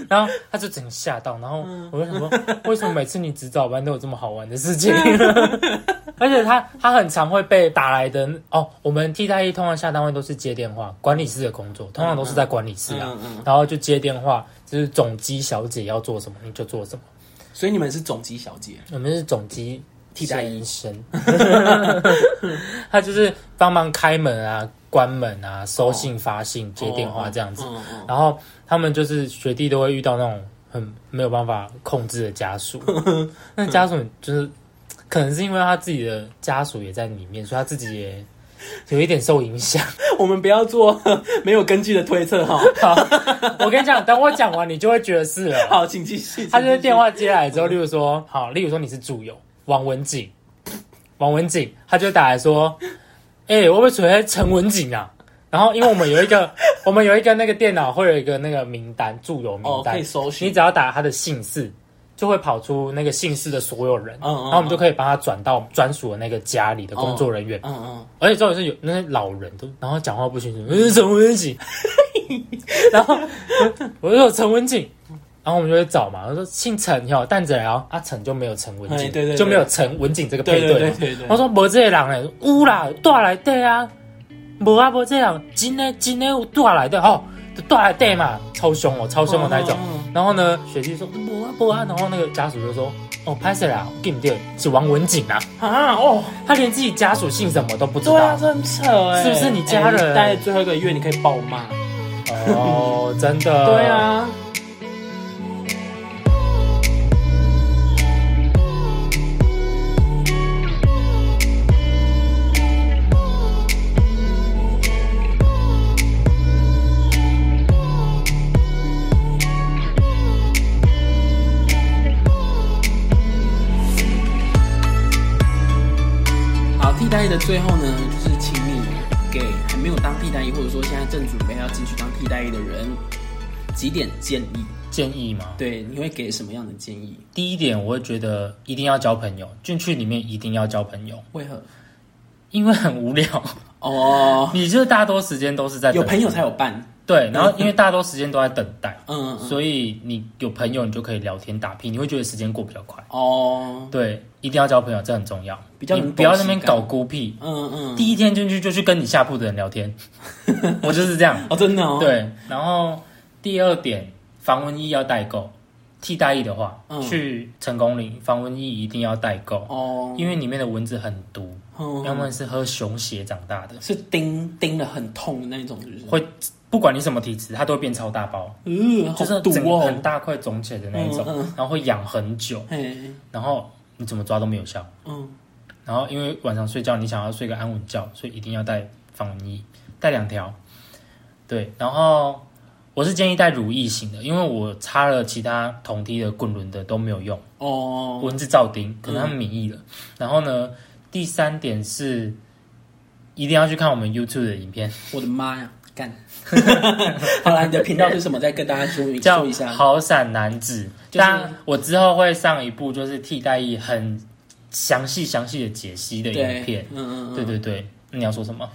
A: 然后他就整个吓到，然后
B: 嗯
A: 我就想说，为什么每次你指导班都有这么好玩的事情？
B: 嗯
A: 而且他他很常会被打来的哦。我们替代役通常下单位都是接电话，管理室的工作通常都是在管理室啊，
B: 嗯嗯，
A: 然后就接电话，就是总机小姐要做什么你就做什么。
B: 所以你们是总机小姐，
A: 我们是总机
B: 替代役
A: 医生， 他就是帮忙开门啊、关门啊、收信、发信、接电话这样子。
B: 嗯嗯
A: 然后他们就是学弟都会遇到那种很没有办法控制的家属，那家属就是可能是因为他自己的家属也在里面，所以他自己也有一点受影响。
B: 嗯我们不要做 没有根据的推测哈。
A: 我跟你讲，等我讲完，你就会觉得是了。
B: 好，请继续。
A: 他就是电
B: 话，
A: 话接来之后，例如说，好，例如说你是助友王文景，王文景，他就打来说，哎、我会处于陈文景啊。然后，因为我们有一个，我们有一个那个电脑会有一个那个名单，助友名
B: 哦，
A: 单，
B: 可以搜
A: 你
B: 寻。
A: 只要打他的姓氏，就会跑出那个姓氏的所有人，
B: 嗯嗯
A: 然后我们就
B: 嗯
A: 可以帮他转到专属的那个家里的工作人员。
B: 嗯嗯，
A: 而且重点是有那些老人都，然后讲话不清楚，嗯，陈文景，然后我就说陈文景，然后我们就会找嘛，我说姓陈哟，蛋仔啊，啊陈就没有陈文景，
B: 哎对对对
A: 就没有陈文景这个配
B: 对
A: 对
B: 对
A: 嘛。
B: 对对对。
A: 我说无这个人嘞，有啦，带来底啊，无啊无这个人，真的真的有带来底吼，就带来底嘛，超凶哦，超凶的那一种。
B: 嗯
A: 然后呢，雪莉说不啊不啊，然后那个家属就说哦，拍谁啦？对不对？是王文景啊，
B: 啊哦，
A: 他连自己家属姓什么都不知
B: 对啊，
A: 道。
B: 这很扯哎。
A: 是不是你家人
B: 哎待最后一个月你可以暴骂？
A: 哦，真的。
B: 对，啊。好，替代役的最后呢，就是请你给还没有当替代役，或者说现在正准备要进去当替代役的人，几点建议。
A: 建议嘛，
B: 对，你会给什么样的建议？
A: 第一点，我会觉得一定要交朋友，进去里面一定要交朋友，
B: 为何？
A: 因为很无聊，
B: 哦，
A: 你就是大多时间都是在
B: 有
A: 等
B: 朋友才有伴。
A: 对，然后因为大多时间都在等待。
B: 嗯，嗯嗯
A: 所以你有朋友，你就可以聊天打屁，你会觉得时间过比较快。
B: 哦，
A: 对，一定要交朋友，这很重要。
B: 比较有
A: 你不要
B: 东
A: 在
B: 西
A: 那边
B: 感
A: 搞孤僻。
B: 嗯嗯，
A: 第一天进去就去跟你下铺的人聊 天，我就是这样。
B: 哦，真的哦，，
A: 对，然后第二点，防蚊衣要代购。替代役的话，
B: 嗯
A: 去成功岭防蚊衣一定要代购，
B: 哦，
A: 因为里面的蚊子很毒，
B: 嗯
A: 要么是喝熊血长大的，
B: 是叮叮的很痛的那种，就是，
A: 会不管你什么体质，它都会变超大包，
B: 嗯，
A: 就
B: 好
A: 是
B: 毒
A: 整个很
B: 哦，
A: 大块肿起来的那一种，
B: 嗯
A: 然后会痒很久。
B: 嘿，
A: 然后你怎么抓都没有效。
B: 嗯，
A: 然后因为晚上睡觉你想要睡个安稳觉，所以一定要带防蚊衣，带两条。对，然后我是建议带乳液型的，因为我擦了其他同梯的棍轮的都没有用，
B: 哦，
A: 蚊子照叮，可能他们免疫了。然后呢，第三点是一定要去看我们 YouTube 的影片，
B: 我的妈呀， 干！好啦，你的频道是什么？再跟大家 说明
A: 叫
B: 说
A: 《
B: 一下。
A: 好伞男子》。
B: 就是
A: 当然，我之后会上一部就是替代役很详细详细的解析的影片
B: 对，。嗯嗯
A: 对对对，你要说什么？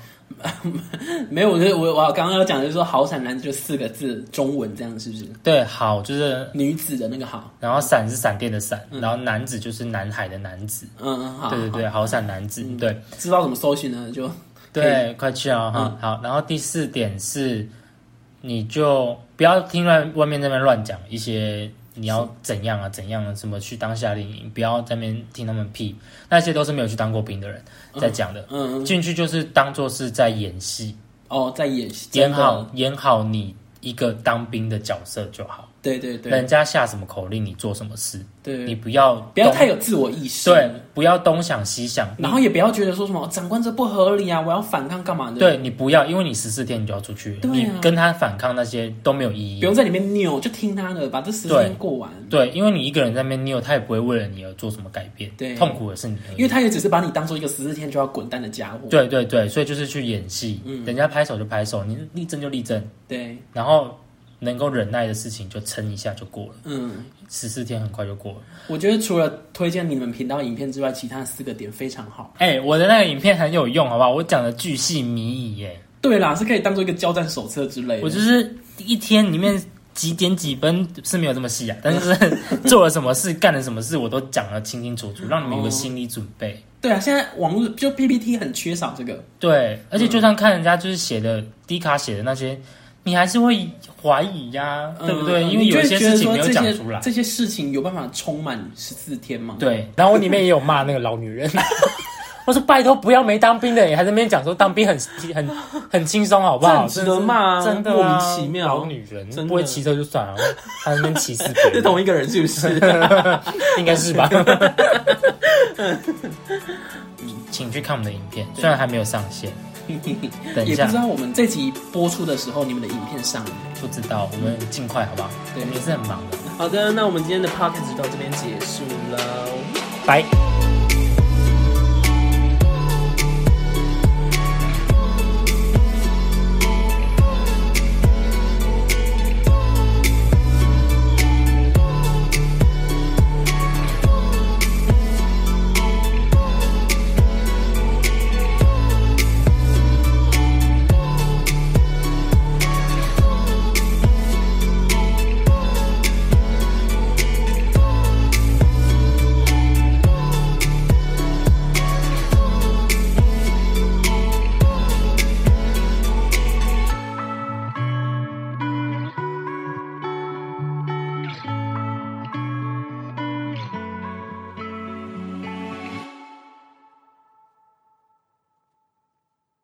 B: 嗯，没有，我就我我刚刚要讲的就是说“好闪男”就四个字，中文这样是不是？
A: 对，好，就是
B: 女子的那个好，
A: 然后闪是闪电的闪，然后男子就是南海的男子，
B: 嗯嗯好，嗯
A: 对对对，好闪男子，对
B: 好，知道怎么搜寻呢？就
A: 对，快去啊
B: 嗯
A: 哈，好，然后第四点是，你就不要听外外面那边乱讲一些。你要怎样啊？怎样啊？什么去当夏令营？不要在那边听他们屁，那些都是没有去当过兵的人在讲的。
B: 嗯嗯
A: 进去就是当做是在演戏，
B: 哦，在演戏，
A: 演
B: 真的，
A: 好演好你一个当兵的角色就好。
B: 对对对
A: 人家下什么口令，你做什么事，
B: 对，
A: 你不要
B: 不要
A: 东
B: 太有自我意识，，
A: 对，不要东想西想。
B: 然后也不要觉得说什么哦长官这不合理啊，我要反抗干嘛的，，
A: 对你不要，因为你十四天你就要出去了，
B: 对啊
A: 你跟他反抗那些都没有意义。
B: 不用在里面扭，就听他的，把这时
A: 对
B: 间过完，
A: 对，因为你一个人在那边拗，他也不会为了你而做什么改变。
B: 对
A: 痛苦的是你而已。
B: 因为他也只是把你当做一个十四天就要滚蛋的家伙，
A: 对对对，所以就是去演戏，
B: 嗯
A: 人家拍手就拍手，你立正就立正，
B: 对，
A: 然后能够忍耐的事情就撑一下就过了，
B: 嗯，
A: 十四天很快就过了。
B: 我觉得除了推荐你们频道影片之外，其他四个点非常好。
A: 哎、我的那个影片很有用，好不好？我讲的巨细靡遗耶，
B: 对啦，是可以当做一个交战手册之类的。
A: 我就是一天里面几点几分是没有这么
B: 嗯
A: 细啊，但是 做了什么事、干了什么事，我都讲得清清楚
B: 哦
A: 楚，让你们有个心理准备。
B: 对啊，现在网络就 PPT 很缺少这个，
A: 对，而且就算看人家就是写的低卡写的那些，你还是会怀疑呀、对不对？
B: 嗯
A: 因为
B: 你就
A: 有
B: 会
A: 些
B: 觉得
A: 事情
B: 说
A: 没有
B: 这
A: 讲
B: 些
A: 出来。
B: 这些事情有办法充满十四天吗？
A: 对，然后我里面也有骂那个老女人， 我说拜托不要没当兵的，也还在那边讲说当兵很很很轻松，好不
B: 这
A: 好？
B: 很值
A: 真的
B: 得骂啊
A: 真的
B: 莫
A: 啊
B: 名其妙
A: 老女人
B: 真的
A: 不会骑车就算了，还在那边歧视 别
B: 是
A: 人，
B: 同一个人是不 是？
A: 应该是吧？请去看我们的影片，虽然还没有上线，等一
B: 也不
A: 下
B: 知道我们这集播出的时候，你们的影片上了。
A: 不知道，我们尽快好不好？
B: 对
A: 我们也是很忙的，
B: 好的，那我们今天的 podcast 就到这边结束了。
A: 拜。